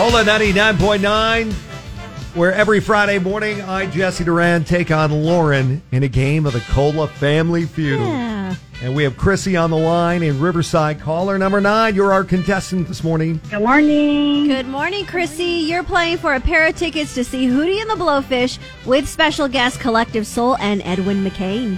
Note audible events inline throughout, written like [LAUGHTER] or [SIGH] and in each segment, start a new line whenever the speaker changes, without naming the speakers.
Hola 99.9, where every Friday morning I, Jesse Duran, take on Lauren in a game of the Cola Family Feud.
Yeah.
And we have Chrissy on the line in Riverside. Caller number nine, you're our contestant this morning.
Good morning.
Good morning, Chrissy. You're playing for a pair of tickets to see Hootie and the Blowfish with special guest Collective Soul and Edwin McCain.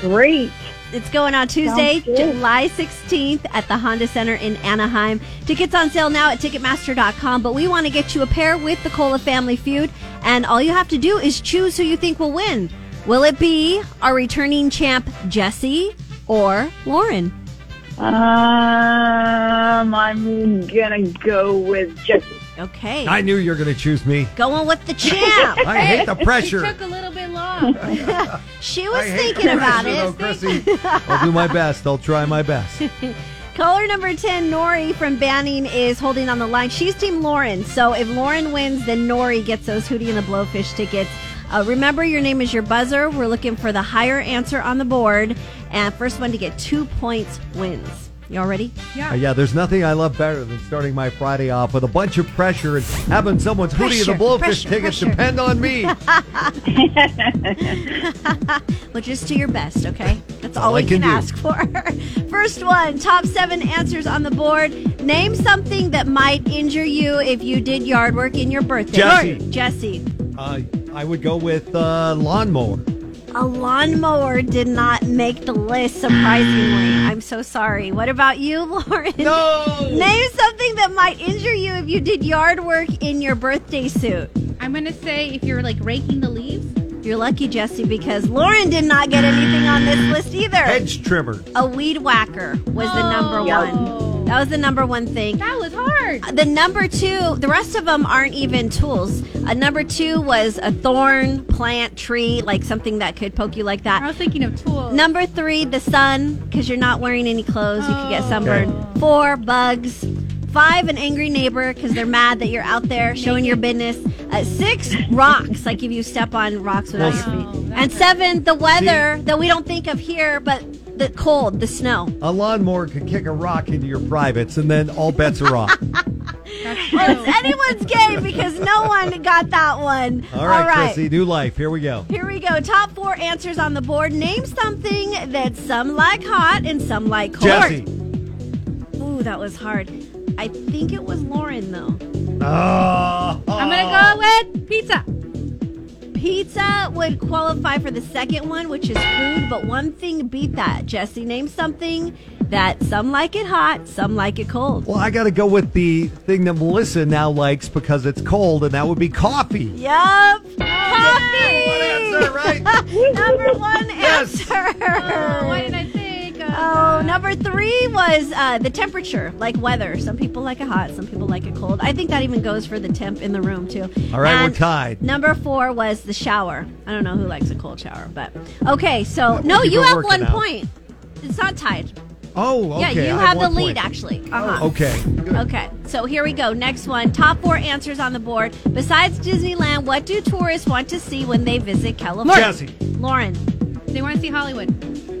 Great.
It's going on Tuesday,
Sounds good.
July 16th at the Honda Center in Anaheim. Tickets on sale now at Ticketmaster.com, but we want to get you a pair with the Cola Family Feud, and all you have to do is choose who you think will win. Will it be our returning champ, Jesse, or Lauren?
Um, I'm gonna go with Jesse.
Okay.
I knew you were going to choose me.
Going with the champ.
I hate the pressure.
Took a little
[LAUGHS]
bit long.
She
I
was
hate
thinking
the
about
pressure,
it.
though, Chrissy. I'll do my best. I'll try my
[LAUGHS]
best.
Caller number 10, Nori from Banning, is holding on the line. She's Team Lauren. So if Lauren wins, then Nori gets those Hootie and the Blowfish tickets. Uh, remember, your name is your buzzer. We're looking for the higher answer on the board. And first one to get two points wins. Y'all ready?
Uh, yeah, there's nothing I love better than starting my Friday off with a bunch of pressure and having someone's hoodie and the
Pressure,
blowfish
pressure,
tickets
pressure.
depend on
[LAUGHS]
me.
Well, just do your best, okay? That's all,
all I
we
can
can,
do.
ask for. [LAUGHS] First one, top seven answers on the board. Name something that might injure you if you did yard work in your birthday.
Jesse.
Jesse.
Uh, I would go with uh, lawnmower.
A lawnmower did not make the list, surprisingly. I'm so sorry. What about you, [LAUGHS] Lauren?
No!
Name something that might injure you if you did yard work in your birthday suit.
I'm gonna say if you're like raking the leaves,
You're lucky, Jesse, because Lauren did not get anything on this list either.
Hedge trimmer.
A weed whacker was the number one. That was the number one thing.
that was hard.
The number two, the rest of them aren't even tools. A number two was a thorn, plant, tree, like something that could poke you like that.
I was thinking of tools. [LAUGHS]
Number three, the sun, because you're not wearing any clothes, you could get sunburned. Four, bugs. Five, an angry neighbor, because they're mad that you're out there showing your business. Uh, six, rocks, like if you step on rocks without
Well,
your feet.
that
And
hurts.
seven, the weather that we don't think of here, but the cold, the snow.
A lawnmower could kick a rock into your privates, and then all bets are off.
That's
Well,
true.
it's anyone's game because no one got that one.
All right, Chrissy, new life. Here we go.
Here we go. Top four answers on the board. Name something that some like hot and some like cold.
Jesse.
Ooh, that was hard. I think it was Lauren though.
Oh.
I'm gonna go with pizza.
Pizza would qualify for the second one, which is food, but one thing beat that. Jesse, name something that some like it hot, some like it cold.
Well, I got to go with the thing that Melissa now likes because it's cold, and that would be coffee.
Yup, coffee.
Oh, What answer, right?
number one
Yes.
answer.
Oh, why did I think? of
Oh,
that?
number three was uh, the temperature, like weather. Some people like it hot, some people like it cold. I think that even goes for the temp in the room too.
All right, we're
And
tied.
Number four was the shower. I don't know who likes a cold shower, but okay. So
That
no,
would be
you
good
have
working
one
out.
point. It's not tied.
Oh, okay.
yeah, you
I
have the
one
lead
point.
actually. Uh-huh.
Okay. Good.
Okay, so here we go. Next one. Top four answers on the board. Besides Disneyland, what do tourists want to see when they visit California?
Jesse.
Lauren.
They want to see Hollywood.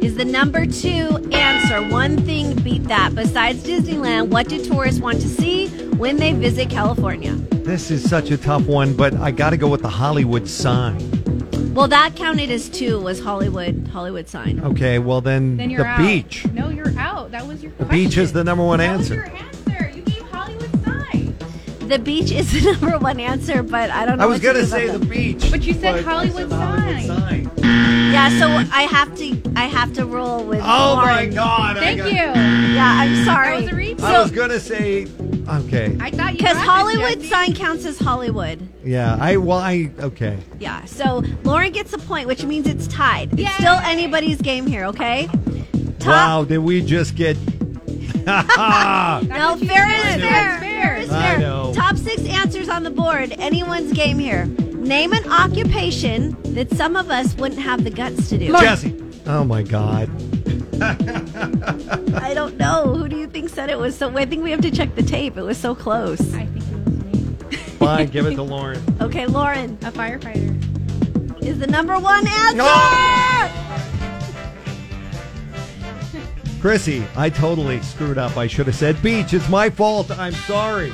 is the number two answer. One thing beat that. Besides Disneyland, what do tourists want to see when they visit California?
This is such a tough one, but I got to go with the Hollywood sign.
Well, that counted as two was Hollywood Hollywood sign.
Okay, well then,
Then you're
the
out.
beach.
No, you're out. That was your.
The beach is the number one answer.
your answer. You gave Hollywood sign.
The beach is [LAUGHS] the number one answer, but I don't know.
I was
going
gonna
to
say the
them.
beach,
But you said
I
Hollywood
Hollywood
sign.
sign.
Yeah, so I have to I have to roll with
Oh my
Lauren.
god! I
Thank
got-
you.
Yeah, I'm sorry.
That was a Oh, reach.
I was gonna say, okay,
I thought you.
Because
got this,
Hollywood
Jesse.
sign counts as Hollywood.
yeah, I well, I okay.
Yeah, so Lauren gets a point, which means it's tied. It's
Yay!
still anybody's game here, okay? Top
Wow, did we just get? [LAUGHS]
No,
what you
fair
said.
is fair.
That's fair.
Fair is
I
fair.
know.
Top six answers on the board. Anyone's game here. Name an occupation that some of us wouldn't have the guts to do.
Jesse. Oh my god.
I don't know. Who do you think said it was so? I think we have to check the tape. It was so close.
I think it was me.
Fine, give it to Lauren.
Okay, Lauren
A firefighter.
is the number one answer.
Chrissy, I totally screwed up. I should have said beach. It's my fault. I'm sorry.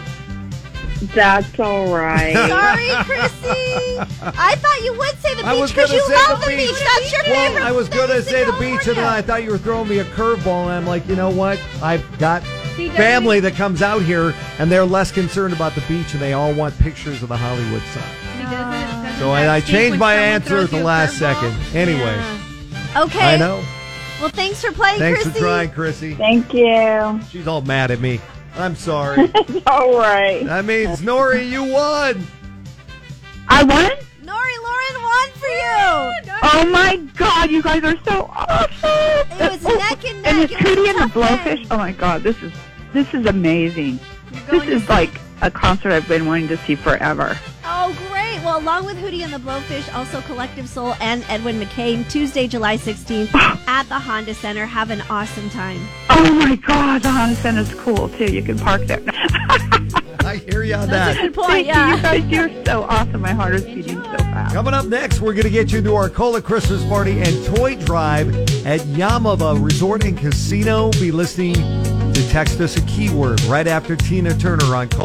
That's all
[LAUGHS]
right.
Sorry, Chrissy. I thought you would say the
I was
beach because
gonna
you
say
love
the
the beach.
beach.
That's your favorite.
Well, I was going to
place in
say the beach, and then I
California.
thought you were throwing me a curveball, and I'm like, you know what? I've got
See, doesn't
family
he-
that comes out here, and they're less concerned about the beach, and they all want pictures of the Hollywood sign.
He doesn't- doesn't
So I,
that
I
stink
changed
when
my
someone
answer
throws
at the
you a
last
curveball?
second. Anyway,
Yeah. Okay.
I know.
Well, thanks for playing,
Thanks
Chrissy.
for trying, Chrissy.
Thank you.
She's all mad at me. I'm sorry.
All right.
that means Nori, you won.
I won?
Nori, Lauren won for you.
Oh my god, you guys are so awesome!
It was neck and neck.
And the
It was a
Cootie and the
tough
Blowfish.
day.
Oh my god, this is this is amazing.
You're going
This
to
is like a concert I've been wanting to see forever.
Oh, great. Well, along with Hootie and the Blowfish, also Collective Soul and Edwin McCain, Tuesday, July 16th
Ah.
at the Honda Center. Have an awesome time.
Oh my god, the Honda Center's cool too. You can park there. [LAUGHS]
I hear you on that.
That's a good point,
Thank you, you
yeah.
guys. You're so awesome. My heart is beating so fast.
Coming up next, we're going to get you to our Cola Christmas party and toy drive at Yamava Resort and Casino. Be listening to text us a keyword right after Tina Turner on Cola.